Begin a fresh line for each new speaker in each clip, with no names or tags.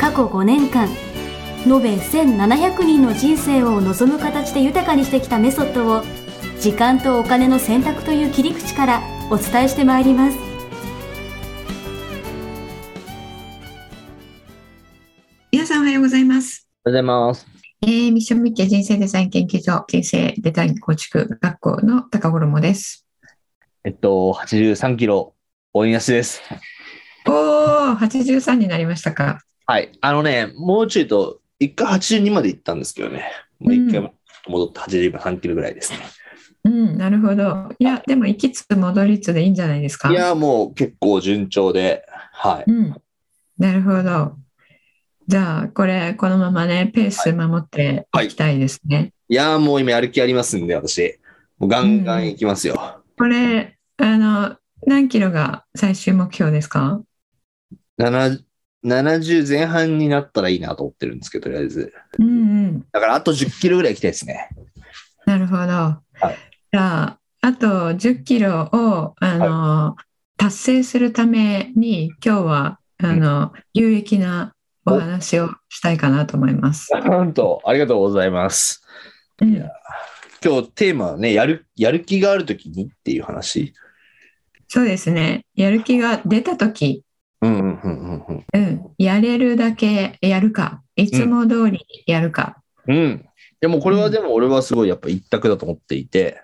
過去5年間延べ1700人の人生を望む形で豊かにしてきたメソッドを時間とお金の選択という切り口からお伝えしてまいります
皆さんおはようございます。
おはようございます。
えー、ミッションミッケ人生デザイン研究所人生デザイン構築学校の高衣です。
えっと、83キロ、応援足です。
おお、83になりましたか。
はい。あのね、もうちょいと、一回82まで行ったんですけどね。もう一回戻って83キロぐらいですね。
うん、なるほど。いや、でも行きつ戻りつでいいんじゃないですか。
いや、もう結構順調で、はい。
うん、なるほど。じゃあ、これ、このままね、ペース守っていきたいですね。
いや、もう今やる気ありますんで、私。もうガンガン行きますよ。
これ、あの、何キロが最終目標ですか
7 70前半になったらいいなと思ってるんですけど、とりあえず。
うんうん、
だからあと10キロぐらい行きたいですね。
なるほど。じゃあ、あと10キロを、あの、達成するために、今日は、あの、有益なお話をしたいかなと思います。
なんと、ありがとうございます。
うん
や今日テーマはね、やる、やる気があるときにっていう話。
そうですね。やる気が出たとき、
うんうんうんうんう
う
ん。
ん、やれるだけやるか、いつも通りやるか。
うん。でもこれ
う
は
ん
でも俺はすごいやっぱ一択だと思っていて、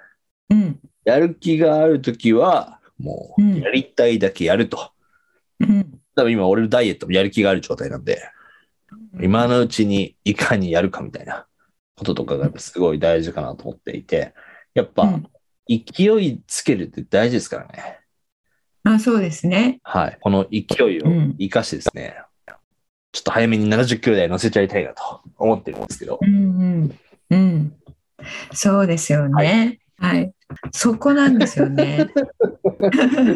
うん、
やる気があるときは、もう
うん
やりたいだけやると。
うん。
多分今俺のダイエットもやる気がある状態なんで、今のうちにいかにやるかみたいなこととかがすごい大事かなと思っていて、やっ
う
ぱ
ん
勢いつけるって大事ですからね。
あ、そうですね。
はい。この勢い
う
を
ん
生かしてですね、ちょっと早めに70キロ台乗せちゃいたいなと思ってるんですけど
う。ん、うん、うん。そうですよね。はい。そこなんですよね。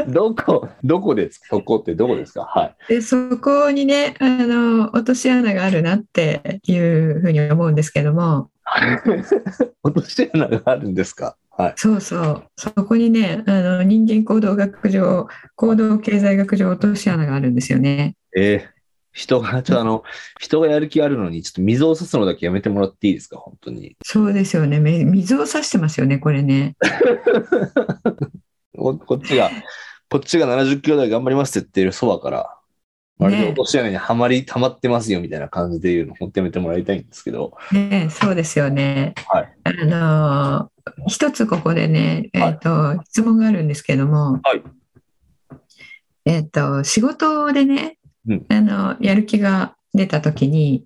どこ、どこですかそこってどこですかはい。
でそこにねあの落とし穴があるなっていうふうに思うんですけども
落とし穴があるんですかはい。
そうそうそこにねあの人間行動学上行動経済学上落とし穴があるんですよね。
えー人が、ちょっとあの、人がやる気あるのに、ちょっと水を差すのだけやめてもらっていいですか本当に。
そうですよねめ水を差してますよねこれね。
ここっちが、 こっちが70キロ台頑張りますって言ってるそばから、まるで
ねえ
落とし穴にはまり、溜まってますよみたいな感じで言うの、ほんとやめてもらいたいんですけど。
ねそうですよね。
はい
あの一つここでね、えーと質問があるんですけども、
はい
えー、と仕事でね、
うん
あのやる気が出た時に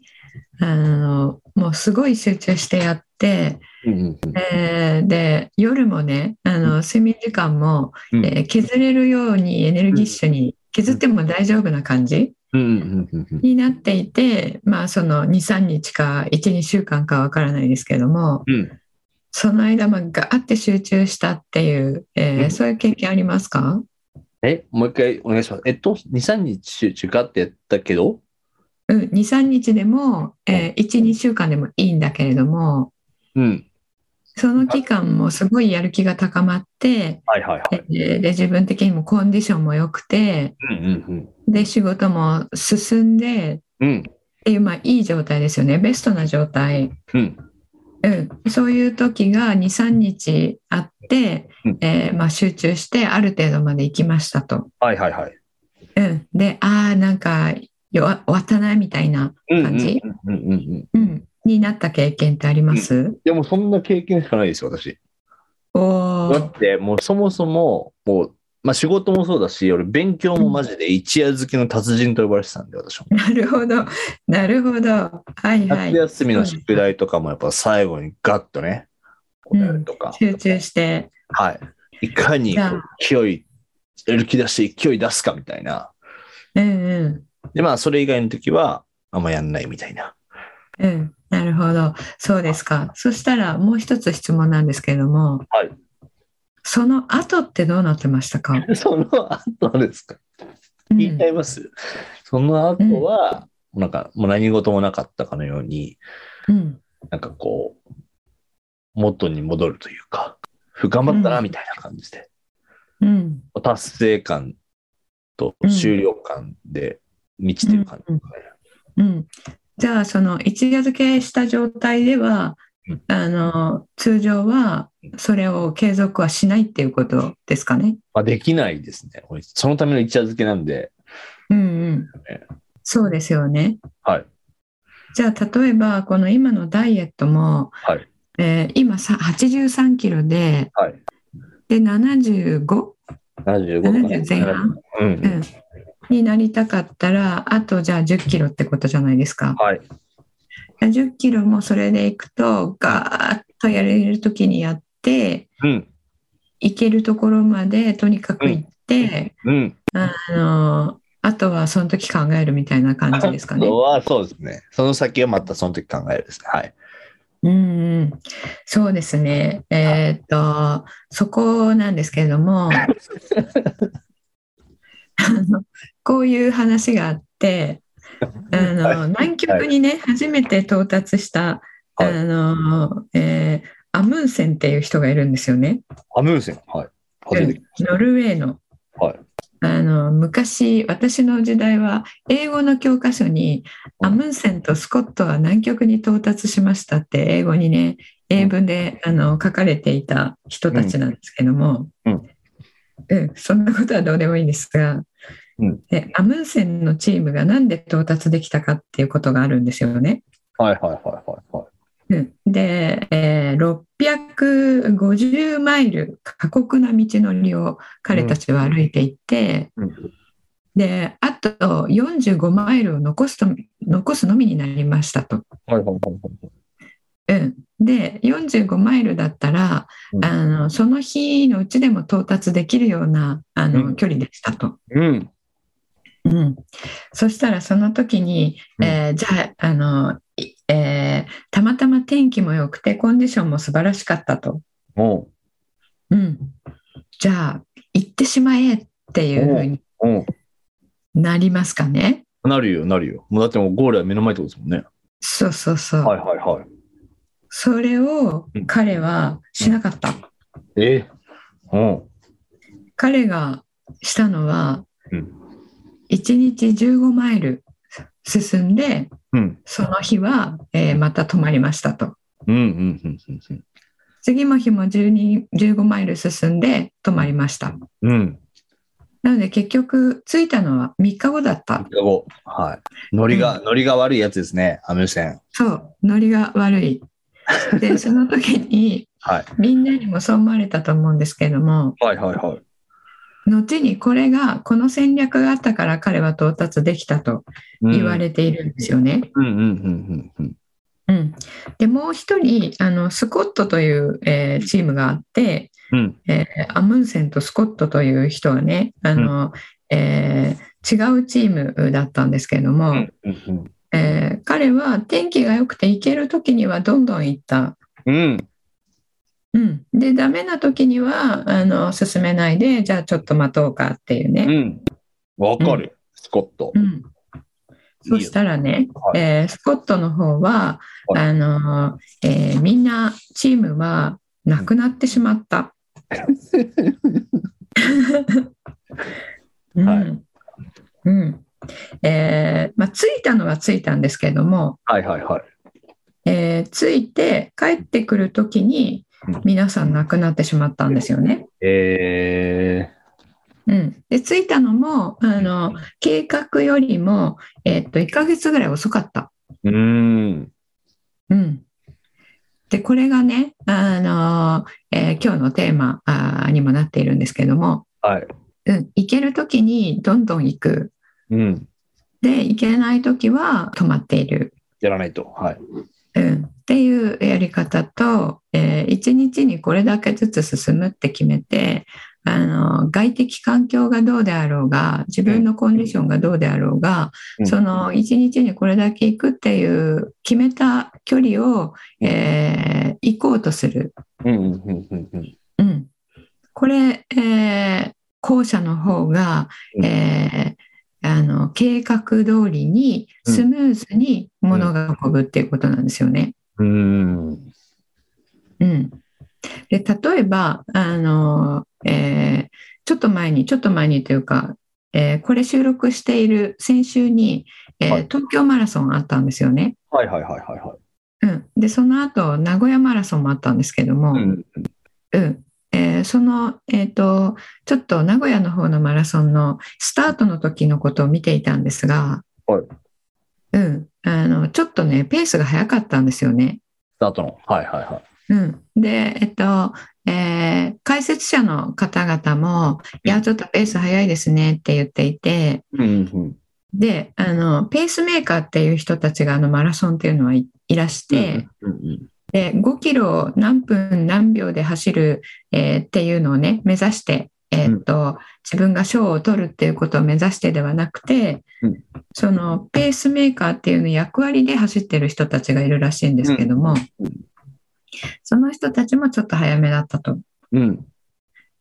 あのもうすごい集中してやって、
うんうんうん
えーで夜もねあの睡眠時間も、
うん
えー削れるようにエネルギッシュに削っても大丈夫な感じ、
うんうんうんうん
になっていて、まあ、その23日か12週間かわからないですけども
うん
その間まあガーって集中したっていう、えー
うん
そういう経験ありますか
え、もう一回お願いします。えっと、2、3日集中かってやったけど、
うん、23日でも、え12週間でもいいんだけれども
うん。
その期間もすごいやる気が高まって、
はいはいは
え
い。
ーで自分的にもコンディションも良くて
うんうん
で仕事も進んで
うん。うん。
っていう、まあ、いい状態ですよねベストな状態
うん。
うん、そういう時が23日あって、
うん
えーまあ、集中してある程度まで行きましたと。
はいはいはい。
うん、でああんかよ終わったなみたいな、感じ
うんうんうんうんうん。
うん、になった経験ってあります、
でもそんな経験しかないですよ、私。
お
だ
ー
って、もうそもそも、もう、まあ仕事もそうだし、俺勉強もマジで一夜漬けの達人と呼ばれてたんで、私も。
なるほどなるほどはいはい
夏休みの宿題とかもやっぱ最後にガッとね、こうやるとか。
集中して
はい。いかに
じゃあ
こう勢い、やる気出して勢い出すかみたいな。
うんうん
で、まあそれ以外の時は、あんまやんないみたいな。
うん、なるほど。そうですか。そしたらもう一つ質問なんですけれども、
はい
その後ってどうなってましたか、
その後ですか
うん
聞いちゃいます、その後は、なんかもう何事もなかったかのように、
うん、
なんかこう、元に戻るというか、ふ頑張ったなみたいな感じで、
うん、
達成感と終了感で満ちてる感じですね、
うん。じゃあその一夜漬けした状態では
うん、
あの通常はそれを継続はしないっていうことですかね。
まあ、できないですね。そのための一夜漬けなんで、
うんうん。そうですよね。
はい。
じゃあ例えばこの今のダイエットも、
はい。
えー今さ83キロで
はい。
で75
75とかね
70前半
うん
う
う。
んんになりたかったらあとじゃあ10キロってことじゃないですか。
はい。
10キロもそれでいくとガーッとやれる時にやって
うん。
行けるところまでとにかく行って、
うん。
あのあとはその時考えるみたいな感じですか
あ
ね。
とは、そうですね。その先はまたその時考えるですね。はい。
うんうん、そうですね。えーっとそこなんですけれどもあのこういう話があってあの南極にね、初めて到達した、
はい
あのえーアムンセンっていう人がいるんですよね。
アムーセン。はい。初めて聞きました
ノルウェーの
はい。
あの昔私の時代は英語の教科書に「アムンセンとスコットは南極に到達しました」って英語にね英文であの書かれていた人たちなんですけども、
うん
うんそんなことはどうでもいいんですが、
うん
でアムンセンのチームがなんで到達できたかっていうことがあるんですよね。
はいはいはいはいはい。
うんで、えー650マイル過酷な道のりを彼たちは歩いていって。
うん
であと45マイルを残すと残すのみになりましたと。
はいはいはいはい
うん、で45マイルだったら、
うん
あのその日のうちでも到達できるようなあの、
うん
距離でしたと。
うん。
うん、そしたらその時に、えーじゃああの、いえーたまたま天気も良くてコンディションも素晴らしかったと。
お
うん、じゃあ行ってしまえっていうふうに
うん。
なりますかね。
なるよ、なるよ。もうだってもうゴールは目の前ってことですもんね。
そうそうそう。
はいはいはい。
それを彼はしなかった。
えー、うん。
彼がしたのは、
うん
1日15マイル進んで、
うん。
その日は、えーまた止まりましたと。
うんうんうんうんうん
次の日も12 15マイル進んで止まりました。
うん。うん。
なので結局着いたのは3日後だった。
三日後はい。ノリが、ノリが悪いやつですね、アムーセン。
そう、ノリが悪い。で、その時に
はい。
みんなにもそう思われたと思うんですけども、
はいはいはい。
後にこれが、この戦略があったから彼は到達できたと言われているんですよね。
うんうんうんうんうん。
うん、でもう一人あのスコットという、えーチームがあって
うん。
アムンセンとスコットという人はねあの、えー違うチームだったんですけれども、
うんうん
えー彼は天気が良くて行ける時にはどんどん行った。
うん。
うん、でダメな時にはあの進めないでじゃあちょっと待とうかっていう
う
ね。
ん。わかる。スコット
う。んそしたらね
はい
えースコットの方は、
はい
あのーえーみんなチームはなくなってしま った。うん
は
うんえーまあ、着いたのは着いたんですけども、
はいはいはい。
えー着いて帰ってくる時に
うん
皆さん亡くなってしまったんですよね。
え
うん、で着いたのもあの計画よりも、えーっと1ヶ月ぐらい遅かった。
ー。うーん。
うん、でこれがね、あのーえー今日のテーマあーにもなっているんですけども、
はい。
うん、行ける時にどんどん行く
うん。
で行けない時は止まっている、
やらないと。はい。
うん、っていうやり方と、え1日にこれだけずつ進むって決めてあの外的環境がどうであろうが自分のコンディションがどうであろうが、
うん
その一日にこれだけ行くっていう決めた距離を、えー行こうとする、
うんうんうんうんうん
うん、これ、えー後者の方が、
うん
えーあの計画通りにスムーズに物が運ぶっていうことなんですよね。
うん
うん、で例えばあの、えーちょっと前にちょっと前にというか、えーこれ収録している先週に、えー
はい
東京マラソンあったんですよね。
はいはいはいはいは
うん、でその後名古屋マラソンもあったんですけども、
い。うん
うんえーその、えー、とちょっと名古屋の方のマラソンのスタートの時のことを見ていたんですが、
はい
うん、あのちょっとねペースが早かったんですよね。
スタートの。はいはいはい。
うん、で、えっとえー解説者の方々も「いやちょっとペース早いですね」って言っていて
うんうん
であのペースメーカーっていう人たちがあのマラソンっていうのはい、いらして、
うんうん
で5キロを何分何秒で走る、えーっていうのをね目指して、えーっと自分が賞を取るっていうことを目指してではなくて、
うん
そのペースメーカーっていうの役割で走ってる人たちがいるらしいんですけども、
うん
その人たちもちょっと早めだったと。
うんうん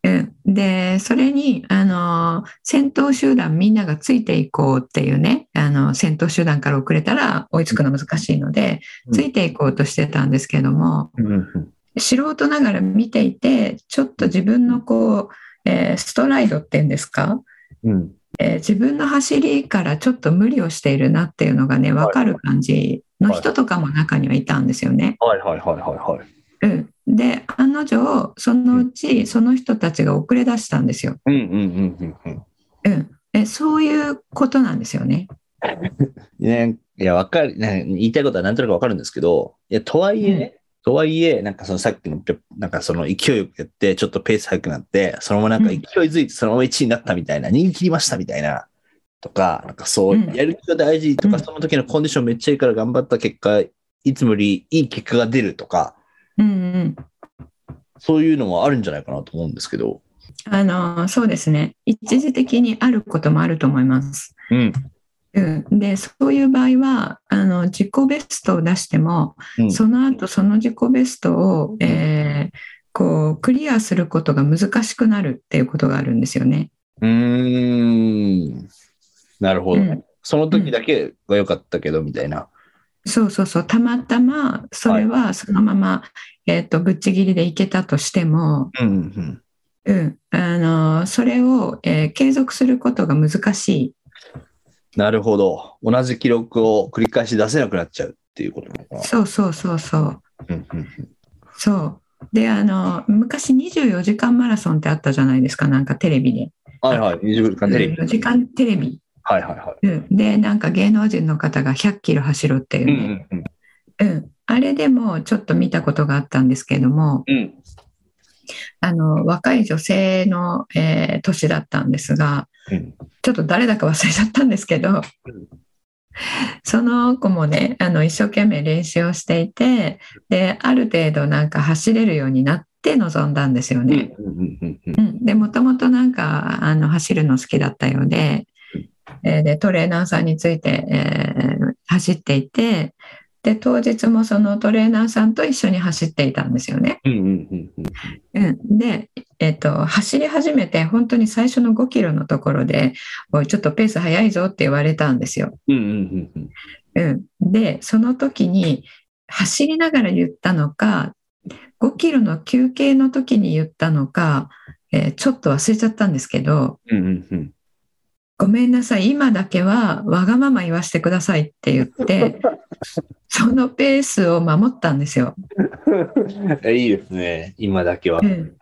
うんでそれにあの先頭集団みんながついていこうっていうねあの先頭集団から遅れたら追いつくの難しいので、
うん
ついていこうとしてたんですけども
うんうん
素人ながら見ていてちょっと自分のこう、えーストライドっていうんですか、
うん
えー自分の走りからちょっと無理をしているなっていうのがね分かる感じの人とかも中にはいたんですよね。
はいはいはいはいはい。
うん、で案の定そのうちその人たちが遅れ出したんですよ。
うんうんうんうんうん。
うん、えそういうことなんですよね。
ね、いや、わかる、ね、言いたいことはなんとなくわかるんですけど、いや、とはいえね、とはいえ、なんかそのさっきのぴょ、なんかその勢いよくやって、ちょっとペース速くなって、そのままなんか勢いづいて、そのまま1位になったみたいな、逃げ切りましたみたいな、とか、なんかそう、
うん
やる気が大事とか、
うん
その時のコンディションめっちゃいいから頑張った結果、いつもよりいい結果が出るとか、
うんうん、
そういうのもあるんじゃないかなと思うんですけど。
あのそうですね一時的にあることもあると思います。
うん。
うん、でそういう場合はあの自己ベストを出しても、
うん
その後その自己ベストを、えーこうクリアすることが難しくなるっていうことがあるんですよね。
うーん。なるほどね。
うん
その時だけが良かったけど、みたいな。
そうそうそうたまたまそれはそのまま、えー、とぶっちぎりでいけたとしても、
うんうん。
うん、あのそれを、えー継続することが難しい
なるほど。同じ記録を繰り返し出せなくなっちゃうっていうことなのかな。
そうそうそうそう
うんうん
そうであの昔24時間マラソンってあったじゃないですかなんかテレビで
うんはいはい。20時間テレビ。
24時間テレビ、
はいはいは
うん、でなんか芸能人の方が100キロ走るってい
い。
う
う
ね、
んうんうん
うんあれでもちょっと見たことがあったんですけども
うん。
あの若い女性の、えー年だったんですが
うん
ちょっと誰だか忘れちゃったんですけど
うん
その子もねあの一生懸命練習をしていてである程度なんか走れるようになって臨んだんですよ
うん
ね。
うんうんうん
うん、でもともとなんかあの走るの好きだったようで,、えーでトレーナーさんについて、えー走っていてで当日もそのトレーナーさんと一緒に走っていたんですよね。
うんうんうんうん
うん、で、えー、と走り始めて本当に最初の5キロのところで「おいちょっとペース早いぞ」って言われたんですよ。
うんうんうん
うん、でその時に走りながら言ったのか5キロの休憩の時に言ったのか、えーちょっと忘れちゃったんですけど。
うんうんうん
ごめんなさい、今だけはわがまま言わせてくださいって言 って、そのペースを守ったんですよ。
うんいいですね。今だけは
う。ん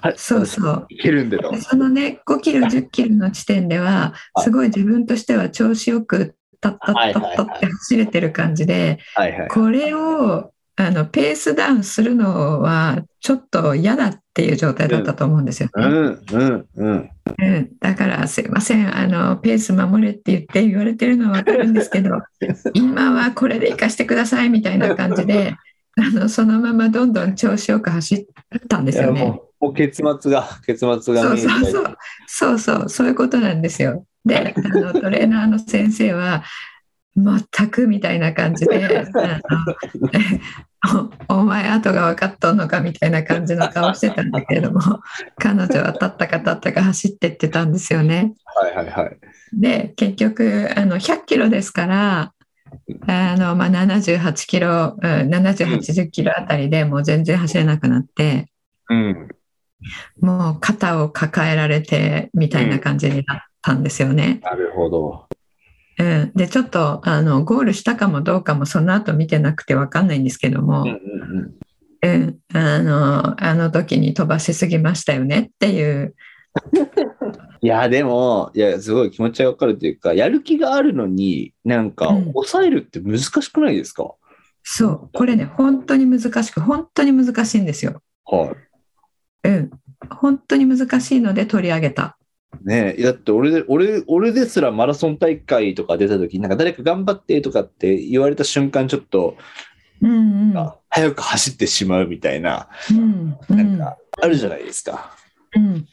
はい
そうそう。
いけるんだよ。
でそのね、5キロ、10キロの地点では、すごい自分としては調子よく、タッタッタッタって走れてる感じで、
はいはい。
これをあのペースダウンするのは、ちょっと嫌だっていう状態だったと思うんですよ
う
ね。
んうんうん。
うん、だからすいませんあのペース守れって言って言われてるのは分かるんですけ ど今はこれで生かしてください みたいな感じであのそのままどんどん調子よく走ったんですよ
いや
ね。
もうもう結末が、結末が見え
そうそうそうそうそう、そういうことなんですよ。で、あのトレーナーの先生は、全くみたいな感じで、あの おお前後が分かっとんのかみたいな感じの顔してたんだけれども、彼女は立ったか立ったか走ってってたんですよね。
はいはいはい。
で、結局、あの100キロですから、あのまあ、78キロ、うん、70、80キロあたりでもう全然走れなくなって、
うん。
もう肩を抱えられてみたいな感じになったんですよね。
なるほど。
うん、でちょっとあのゴールしたかもどうかもその後見てなくて分かんないんですけども、
うんうんうん。
うん、あのあの時に飛ばしすぎましたよねっていう、
いや、でも、いや、すごい気持ちがわかるというか、やる気があるのに、なんか
うん、
抑えるって難しくないですか、
そうこれね本当に難しく本当に難しいんですよ。
は
うん、本当に難しいので取り上げた。
い。ねえ、だって俺で、俺、俺ですらマラソン大会とか出た時なんか誰か頑張ってとかって言われた瞬間、ちょっと、
うんうん
あ早く走ってしまうみたいな、
うんう
なん
ん
か、あるじゃないですか。
うん、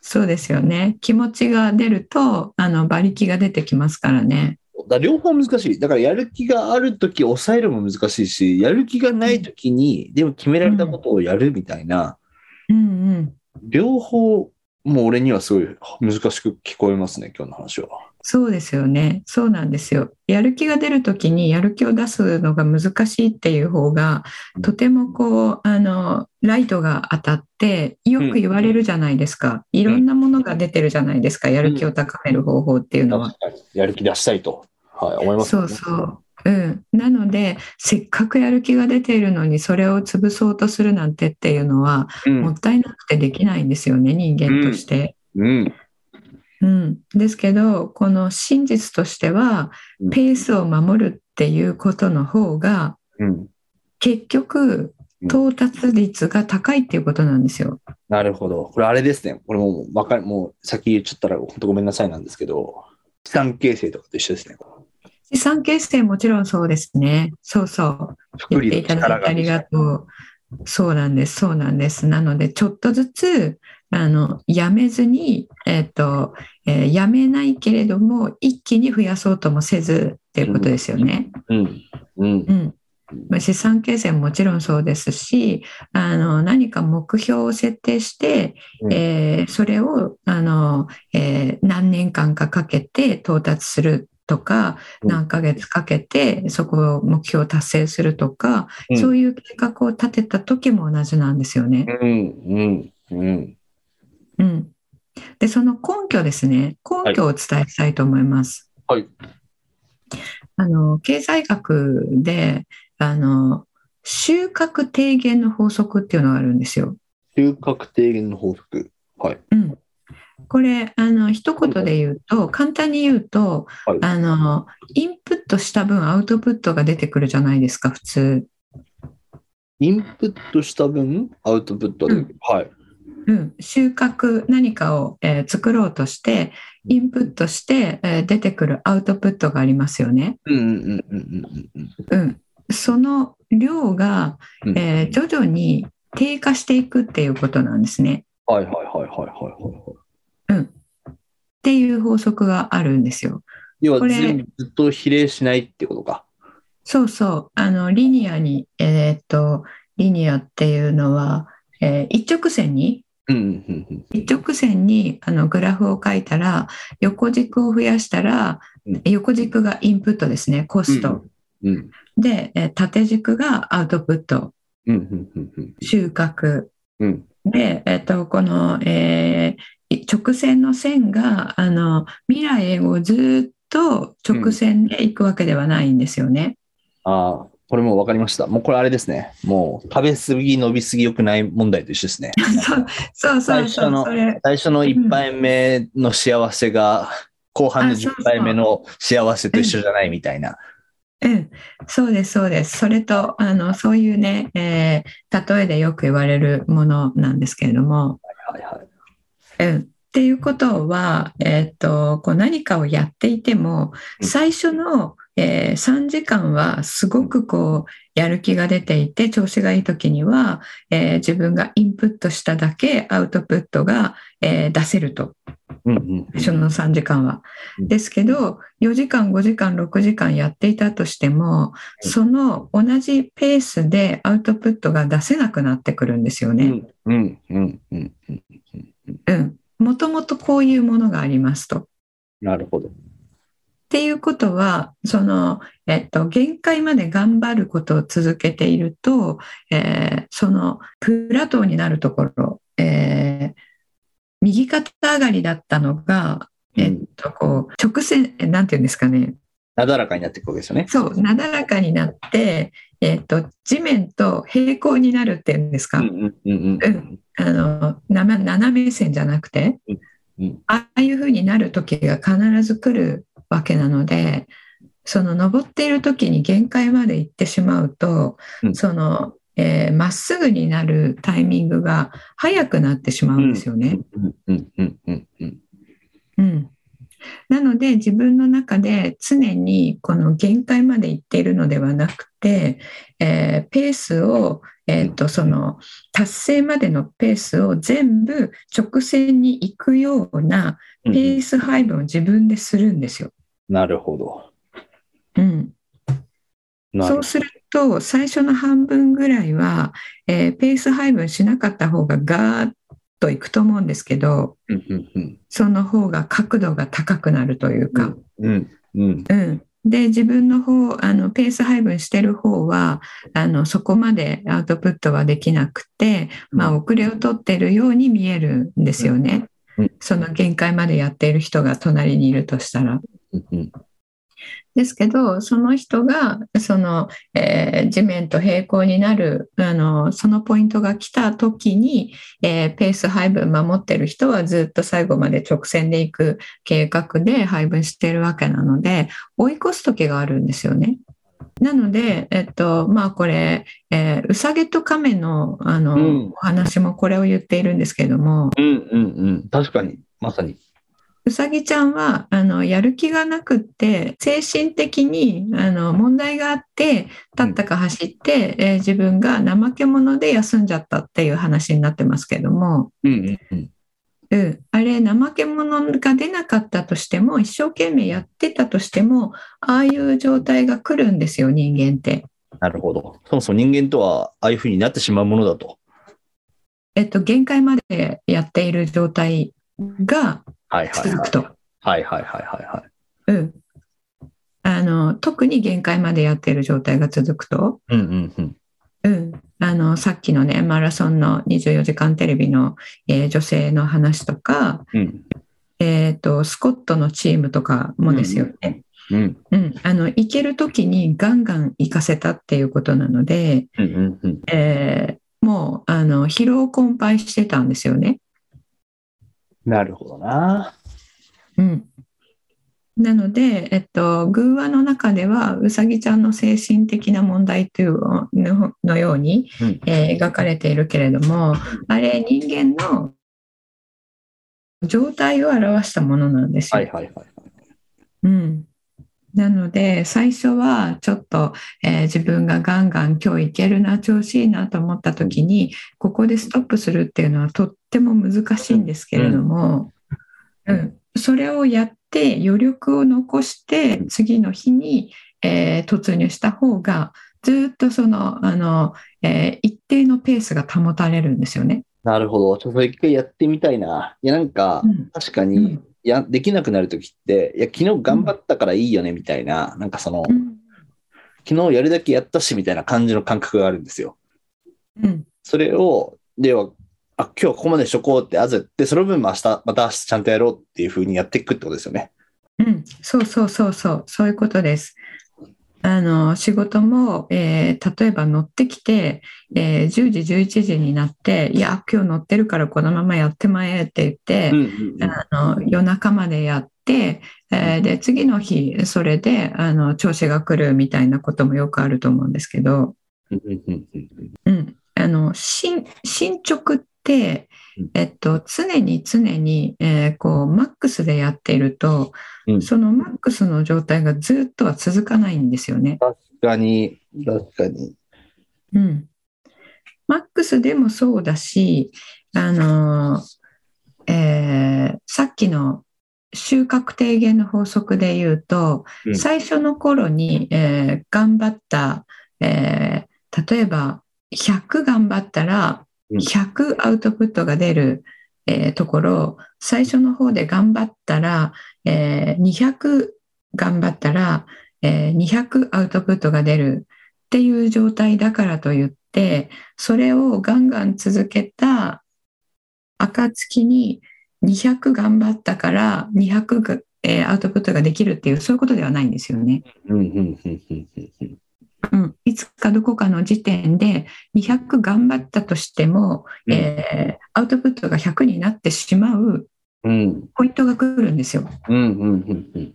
そうですよね気持ちが出るとあの馬力が出てきますからね。
だから両方難しい。だからやる気があるとき抑えるも難しいし、やる気がないときに、でも決められたことをやるみたいな、
うんうん、
両方、もう俺にはすごい難しく聞こえますね、今日の話は。
そうですよね。そうなんですよ。やる気が出るときにやる気を出すのが難しいっていう方が、とてもこう、あの、ライトが当たって、よく言われるじゃないですか。いろんなものが出てるじゃないですか。やる気を高める方法っていうのは。
確かにやる気出したいと、はい、思います、
そうそう。うん、なのでせっかくやる気が出ているのにそれを潰そうとするなんてっていうのは
う
も
ん。
ったいなくてできないんですよね人間として。
うん。
うん、ですけどこの真実としては
うん
ペースを守るっていうことの方が
うん。
結局
うん
到達率が高いっていうことなんですよ。
なるほど。これあれですね。これもう、わかる、もう、先言っちゃったら、本当ごめんなさいなんですけど、資産形成とかと一緒ですね。
資産形成もちろんそうですね。そうそう。
福
言っ
利
て
の
いただ
力
いて
が。
ありがとう。そうなんです。そうなんです。なのでちょっとずつあのやめずに、えっとえーやめないけれども一気に増やそうともせずっていうことですよね。
うん。うん。
うんまあ資産形成ももちろんそうですしあの何か目標を設定して、
うん
えーそれをあの、えー何年間かかけて到達するとか
うん
何ヶ月かけてそこを目標を達成するとか、
うん
そういう計画を立てた時も同じなんですよね。
うん。うん。うん。
うん、でその根拠ですね根拠をお伝えしたいと思います。
はいはい
あの経済学であの収穫低減の法則っていうのがあるんですよ。
収穫低減の法則。はい。
うん、これあの一言で言うと簡単に言うと、
はい
あのインプットした分アウトプットが出てくるじゃないですか普通。
インプットした分、アウトプットで。
うん
はい。
うん、収穫何かを、えー作ろうとしてインプットして、えー出てくるアウトプットがありますよね。
うんうんうんうんうん
う
うん。
ん、その量が、
うん
えー徐々に低下していくっていうことなんですね。
はいはいはいはいはいはいはい。
っていう法則があるんですよ。
要は
これ
全部ずっと比例しないってことか。
そうそう、あのリニアに、えーっと、リニアっていうのは、えー一直線に、
うんうんうん
一直線にあのグラフを書いたら、横軸を増やしたら
うん、
横軸がインプットですね、コスト。
うん。うん
で、えー縦軸がアウトプット、
うんうんうんうん
収穫、
うん。
で、えっと、この、えー直線の線があの未来をずっと直線で行くわけではないんですよね。
ああ、これもう分かりました。もうこれあれですね。もう食べ過ぎ、伸び過ぎ良くない問題と一緒ですね。
そうそうそ
最
う
初
そう
の
それ
最初の1杯目の幸せが、後半の
あそうそ
10
う
杯目の幸せと一緒じゃないみたいな。
うん、そうですそうですそれとあのそういうね、えー例えでよく言われるものなんですけれども、
はいはい。
うん、っていうことは、えっとこう何かをやっていても
うん
最初の、えー3時間はすごくこうやる気が出ていて調子がいい時には、えー自分がインプットしただけアウトプットが、えー出せると
うんうん
最初の3時間は。
うん
ですけど4時間5時間6時間やっていたとしても
うん
その同じペースでアウトプットが出せなくなってくるんですよ
う
ね。
んうんうんうんうん
うん、もともとこういうものがありますと。
なるほど。
っていうことは、その、えっと、限界まで頑張ることを続けていると、えーその、プラトーになるところ、えー右肩上がりだったのが、えっと、こう、直線、えなんていうんですかね、
なだらかになっていくわけですよね。
そう、なだらかになって、えっと、地面と平行になるっていうんですか、
うんうんうんうん
あの、なま斜め線じゃなくて
うんうん、
ああいうふうになる時が必ず来るわけなので、その登っている時に限界まで行ってしまうと
う、ん
その、えーまっすぐになるタイミングが早くなってしまうんですよね。
うんうんうんうんうん
うん、なので自分の中で常にこの限界まで行っているのではなくて、えーペースを、えー、とその達成までのペースを全部直線に行くようなペ
うんうん
ース配分を自分でするんですよ。
なるほど。
うん、
なる
そ
ほ
う
ど
すると最初の半分ぐらいは、えーペース配分しなかった方がガーッといくと思うんですけど
うんうんうん
その方が角度が高くなるというか。
うんうん
うん、で自分の方あのペース配分してる方はあのそこまでアウトプットはできなくて、まあ、遅れを取ってるように見えるんですよね、
うん
その限界までやっている人が隣にいるとしたら。
うんうん
ですけどその人がその、えー地面と平行になるあのそのポイントが来た時に、えーペース配分守ってる人はずっと最後まで直線で行く計画で配分してるわけなので追い越す時があるんですよね。なので、えっと、まあこれ、えーウサゲとカメのあの、
うん
お話もこれを言っているんですけども
うんうんうん確かにまさに。
うさぎちゃんはあのやる気がなくって精神的にあの問題があって立ったか走って、えー自分が怠け者で休んじゃったっていう話になってますけども、
うんうん
うん、あれ怠け者が出なかったとしても一生懸命やってたとしてもああいう状態が来るんですよ人間って。
なるほど。そもそも人間とはああいうふうになってしまうものだと。
えっと、限界までやっている状態が
はいはい
続
は
く
い。
と。
はいはいはいはいはい。
うん、あの特に限界までやっている状態が続くと。
うんうんうん。
うん、あのさっきのねマラソンの24時間テレビの、えー女性の話とか、
うん
えー、とスコットのチームとかもですよね、
うん
うんあの行ける時にガンガン行かせたっていうことなので、
うんうんうん。
えーもうあの疲労困憊してたんですよね。
なるほどな。
うんなので、えっと、偶話の中ではうさぎちゃんの精神的な問題というののように、
うん
えー描かれているけれどもあれ人間の状態を表したものなんですよ。
はいはいはいはい。
うん、なので最初はちょっと、えー自分がガンガン今日いけるな調子いいなと思った時にここでストップするっていうのはとっても難しいんですけれども、
う
うんんそれをやって余力を残して次の日に、えー突入した方がずっとそのあの、えー一定のペースが保たれるんですよね。
なるほど。ちょっと一回やってみたいな。いやなんか、
うん
確か
う
に、
ん
いや、できなくなるときって、いや、昨日頑張ったからいいよね、みたいな、なんかその、
うん
昨日やるだけやったし、みたいな感じの感覚があるんですよ。
うん
それを、では、あ、今日はここまでしとこうって焦って、その分も明日、また明日ちゃんとやろうっていうふうにやっていくってことですよね。
うん、そうそうそうそう、そういうことです。あの仕事も、えー例えば乗ってきて、えー10時11時になって「いや今日乗ってるからこのままやってまえ」って言って、
うんうん
あの夜中までやって、えーで次の日それであの調子が来るみたいなこともよくあると思うんですけど、
うんうんうんうん
うん、あの進進捗っ、えっと、常に常に、えーこうマックスでやっていると、
うん
そのマックスの状態がずっとは続かないんですよね。
確かに、確かに。
うん、マックスでもそうだし、あのーえーさっきの収穫低減の法則で言うと、
うん
最初の頃に、えー頑張った、えー例えば100頑張ったら
うん
100アウトプットが出る、えーところ最初の方で頑張ったら、えー200頑張ったら、えー200アウトプットが出るっていう状態だからといってそれをガンガン続けた暁に200頑張ったから200が、えーアウトプットができるっていうそういうことではないんですよね。
うん、うん、うん、うん、うんうん。
うん、いつかどこかの時点で200頑張ったとしても、
うん
えーアウトプットが100になってしまう
うん、
ポイントが来るんですよ。
うん、うん、うんうん。
うん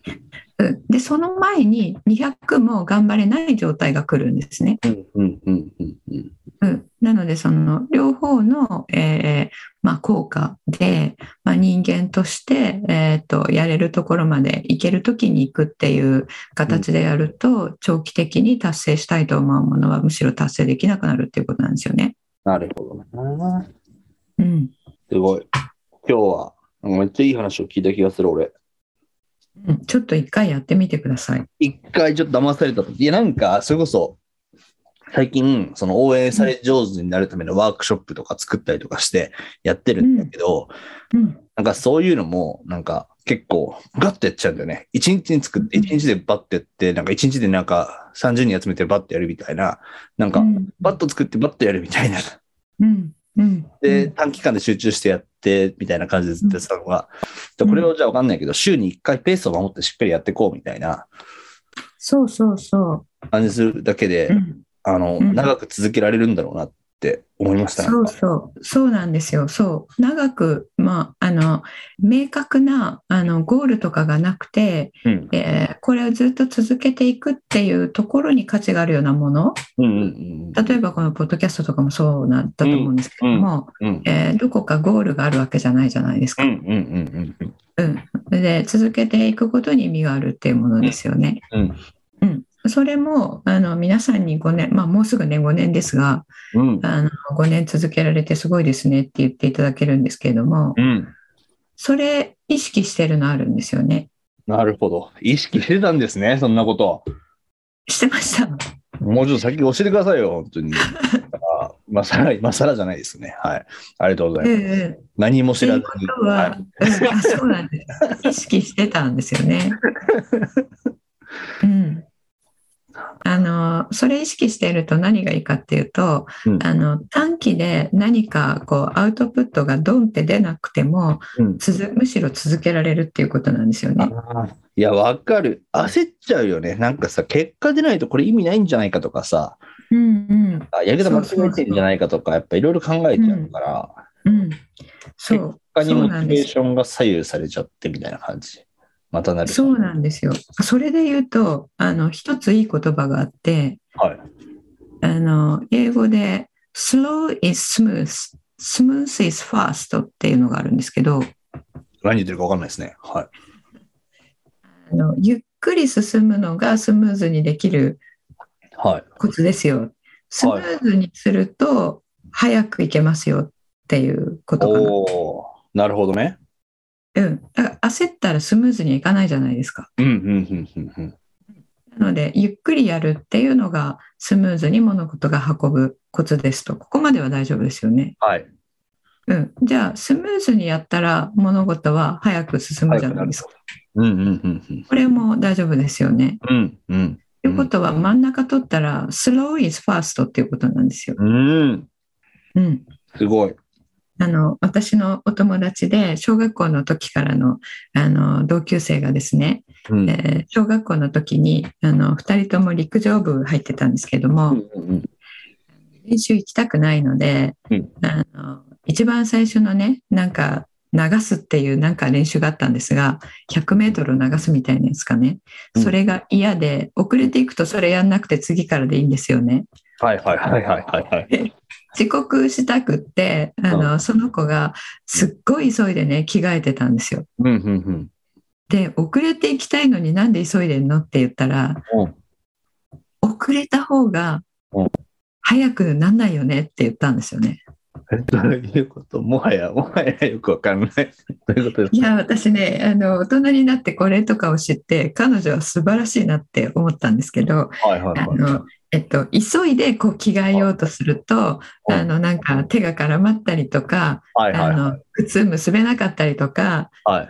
でその前に200も頑張れない状態が来るんですね。
うん、うん、うん、うんうん。
うん、なのでその両方の、えーまあ、効果で、まあ、人間として、えー、とやれるところまで行ける時に行くっていう形でやると長期的に達成したいと思うものはむしろ達成できなくなるっていうことなんですよね。
なるほどな。
うん
すごい。今日は、めっちゃいい話を聞いた気がする、俺。
うんちょっと一回やってみてください。
一回ちょっと騙されたといや、なんか、それこそ、最近、その応援され上手になるためのワークショップとか作ったりとかしてやってるんだけど、
うん、
なんかそういうのも、なんか結構ガッてやっちゃうんだよね。一日に作って、
うん
一日でバッてやって、なんか一日でなんか30人集めてバッてやるみたいな、なん
う
か
ん
バッと作ってバッとやるみたいな。
うんうん
で、短期間で集中してやって、みたいな感じでずっとやってたのが、でこれをじゃあわかんないけど、週に一回ペースを守ってしっかりやっていこうみたいな
そうそうそ
感じするだけで、
う。うん
あの、
うん
長く続けられるんだろうなって思いましたね。
そうそう、そうなんですよ。そう、長く、まあ、あの、明確な、あの、ゴールとかがなくて、
うん。
えーこれをずっと続けていくっていうところに価値があるようなもの。
うんうん
例えば、このポッドキャストとかもそうなったと思うんですけども、
うん。うん
えーどこかゴールがあるわけじゃないじゃないです
う
か。
んうんうんうん
うん、で、続けていくことに意味があるっていうものですよね。
うん
うん、それも、あの、皆さんに5年、まあ、もうすぐね、5年ですが。
うん
あの5年続けられてすごいですねって言っていただけるんですけれども
うん
それ意識してるのあるんですよね
なるほど。意識してたんですね、そんなこと。
してました
もうちょっと先教えてくださいよ、本当に。 あ今更、今更じゃないですね。はい。ありがとうございます。
ええ
何も知らず
とい
に
うこと。は、うんあそうなんです意識してたんですよね うんあのそれ意識していると何がいいかっていうと、
うん
あの短期で何かこうアウトプットがドンって出なくても
うん
続むしろ続けられるっていうことなんですよね。
あーいや、わかる。焦っちゃうよね。なんかさ、結果出ないとこれ意味ないんじゃないかとかさ、
うんうん、
あやり方間違えてんじゃないかとか、やっぱいろいろ考えちゃうから、
うん、そう
他に
そ
モ
う
チ
なん
ベ
で
ー
す
ションが左右されちゃってみたいな感じ。またなる。
そうなんですよ。それで言うとあの一ついい言葉があって
はい。
あの英語で「slow is smooth」「smooth is fast」っていうのがあるんですけど
何言ってるか分かんないですね。は
あのゆっくり進むのがスムーズにできる
い。はい。
コツですよ。スムーズにすると早くいけますよっていうことかな。
おおーなるほどね。
うん、だから焦ったらスムーズにいかないじゃないですか。
うんうんうんうんうん。
なので、ゆっくりやるっていうのがスムーズに物事が運ぶコツですと、ここまでは大丈夫ですよね。
はい。
うん。じゃあ、スムーズにやったら物事は早く進むじゃないですか。
うんうんうんうん。
これも大丈夫ですよね。
うんうん。
ということは、真ん中取ったら、スローイズファーストっていうことなんですよ。
うん。
うん。
すごい。
あの、私のお友達で、小学校の時からの、あの、同級生がですね、
うん。
えー小学校の時に、あの、二人とも陸上部入ってたんですけども、
うんうん
練習行きたくないので、
うん
あの一番最初のねなんか流すっていうなんか練習があったんですが 100m 流すみたいなやつかね
うん
それが嫌で遅れていくとそれやんなくて次からでいいんですよね。
はいはいはいはいはいはい。
遅刻したくってあの、その子がすっごい急いでね着替えてたんですよ。
うん、うん、
で遅れて行きたいのになんで急いでんのって言ったら
うん。
遅れた方が
うん
早くなんないよねって言ったんですよね。
えどういうこともはや、もはやよくわかんない。どういうことですか
いや私ねあの大人になってこれとかを知って彼女は素晴らしいなって思ったんですけど
はいはい
あ
はい。
の、えっと、急いでこう着替えようとすると
うん
あのなんか手が絡まったりとか
はい
あ
はいはい
の靴結べなかったりとか
はい。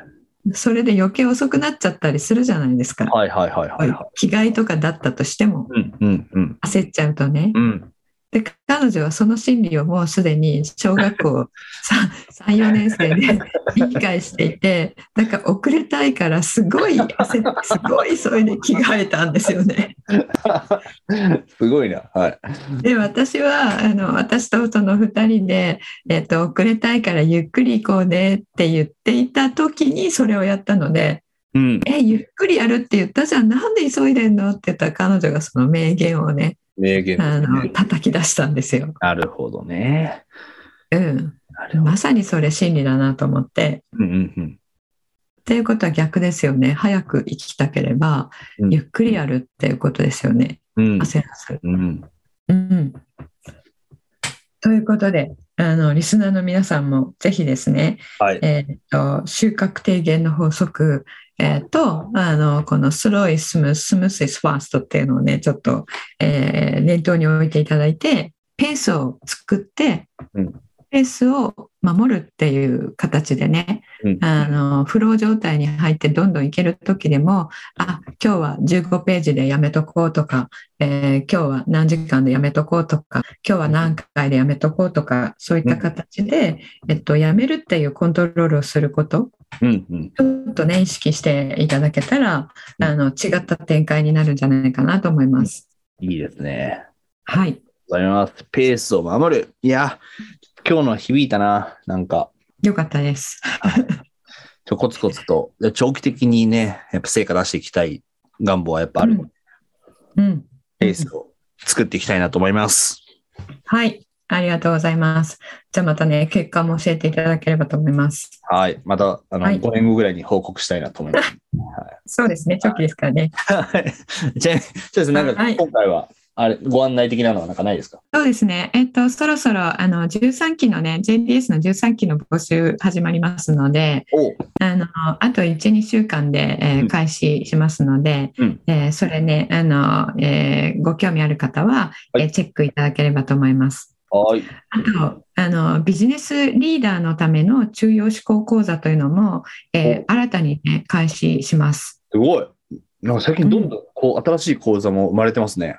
それで余計遅くなっちゃったりするじゃないですか。
はいはいはいはいはい。
着替えとかだったとしても
うんうんうん。
焦っちゃうとね、
うん。
で彼女はその心理をもうすでに小学校 34年生で 理解していてなんか遅れたいからすごい焦ってすごい急いで着替えたんですよね。
すごいな。はい。
で私はあの私と夫の2人で、えっと遅れたいからゆっくり行こうねって言っていた時にそれをやったので
うん
「。えゆっくりやるって言ったじゃんなんで急いでんの?」って言ったら彼女がその名言をね
名言で
あ
す
の
ね。
叩き出したんですよ。
なるほどね。
うん、
なるほど
ま。さにそれ心理だなと思って。
うんうんうん。
っていうことは逆ですよね。早く行きたければ、
うん
ゆっくりやるっていうことですよね。
うん
焦らず。
うん。
うん。ということで、あの、リスナーの皆さんもぜひですね、
はい。
えーっと、収穫低減の法則、えーっと、あの、このスローイスムース、スムースイスファーストっていうのをね、ちょっと、えー念頭に置いていただいて、ペースを作って
うん、
ペースを守るっていう形でね、
うん
あのフロー状態に入ってどんどんいける時でもあ今日は15ページでやめとこうとか、えー今日は何時間でやめとこうとか今日は何回でやめとこうとかそういった形で、えっと、やめるっていうコントロールをすること
うんうん。
ちょっとね意識していただけたらあの違った展開になるんじゃないかなと思います。
いいですね。
はい、
ありがとうございます。ペースを守る。いや、今日のは響いたな。なんか、
よかったです。
ちょコツコツと、いや長期的にね、やっぱ成果出していきたい願望はやっぱある。
うんうん、
ペースを作っていきたいなと思います。
はいありがとうございます。じゃあまたね結果も教えていただければと思います。
はい。また、あの、
はい
5年後ぐらいに報告したいなと思います。
そうですね、長期ですからね。
はい。じゃあ、そうですね。なん
は
か、
い
今回は、あれ、ご案内的なのはなんかないですか
そうですね、えっと、そろそろあの13期のね、JDS の13期の募集始まりますので、
おう
あのあと1、2週間で、えー
うん
開始しますので、
うん
えーそれねあの、えーご興味ある方は、
はい
えーチェックいただければと思います。
はい。
あとあの、ビジネスリーダーのための中央志向講座というのも、えー新たに、ね、開始します。
すごい。なんか最近どんどんこう新しい講座も生まれてますね。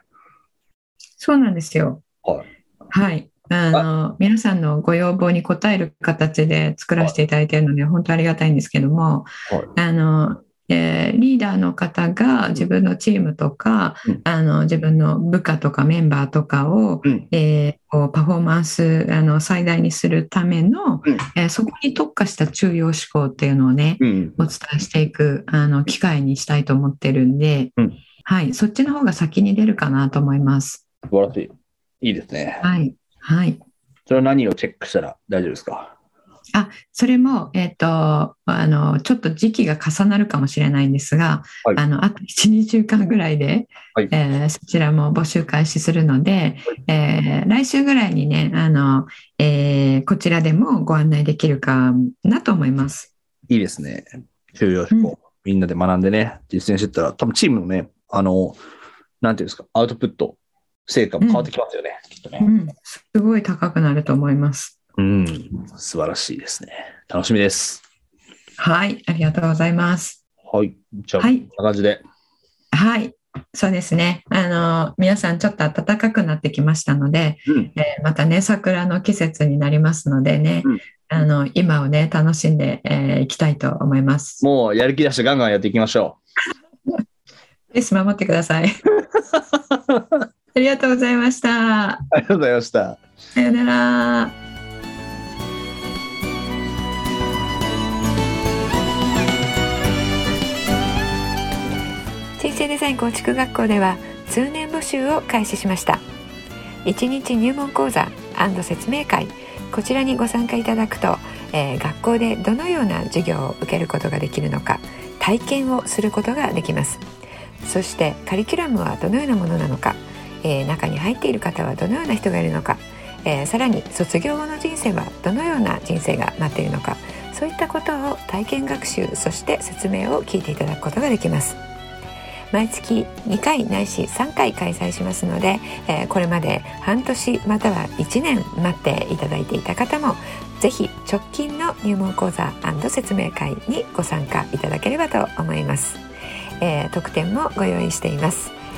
そうなんですよ。
はい。
はい。あの皆さんのご要望に応える形で作らせていただいているので、本当ありがたいんですけども、
はい
あのえーリーダーの方が自分のチームとか、
うん
あの自分の部下とかメンバーとかを、
うん
えーこうパフォーマンスあの最大にするための、
うん
えーそこに特化した中要思考っていうのをね、
うん。
お伝えしていくあの機会にしたいと思ってるんで、
うん
はい、そっちの方が先に出るかなと思います。
素晴らしい。いいですね。
はい。はい。
それは何をチェックしたら大丈夫ですか
それも、えっ、と、あの、ちょっと時期が重なるかもしれないんですが、
はい
あの、あと1、2週間ぐらいで、
はい
えーそちらも募集開始するので、えー来週ぐらいにね、あの、えーこちらでもご案内できるかなと思います。
いいですね。重要思考、
うん
みんなで学んでね、実践してったら、多分チームのね、あの、なんていうんですか、アウトプット、成果も変わってきますよね、きっと
う
ね。
ん。すごい高くなると思います。
うん。素晴らしいですね。楽しみです。
はい。ありがとうございます。
はい。じゃあ、
はい
こんな感じで。
はい。そうですね。あの、皆さんちょっと暖かくなってきましたので、
うん。
えーまたね桜の季節になりますのでね、
うん
あの今をね楽しんでい、えーいきたいと思います。
もうやる気出してガンガンやっていきましょ
ペース守ってくださ い。ありがとうございました。
う。ありがとうございました。
さようなら。
人生デザイン構築学校では通年募集を開始しました1日入門講座
説明会こちらにご参加いただくと、えー学校でどのような授業を受けることができるのか体験をすることができますそしてカリキュラムはどのようなものなのか、えー中に入っている方はどのような人がいるのか、えーさらに卒業後の人生はどのような人生が待っているのかそういったことを体験学習そして説明を聞いていただくことができます毎月2回ないし3回開催しますので、えーこれまで半年または1年待っていただいていた方もぜひ直近の入門講座説明会にご参加いただければと思います、えー特典もご用意しています、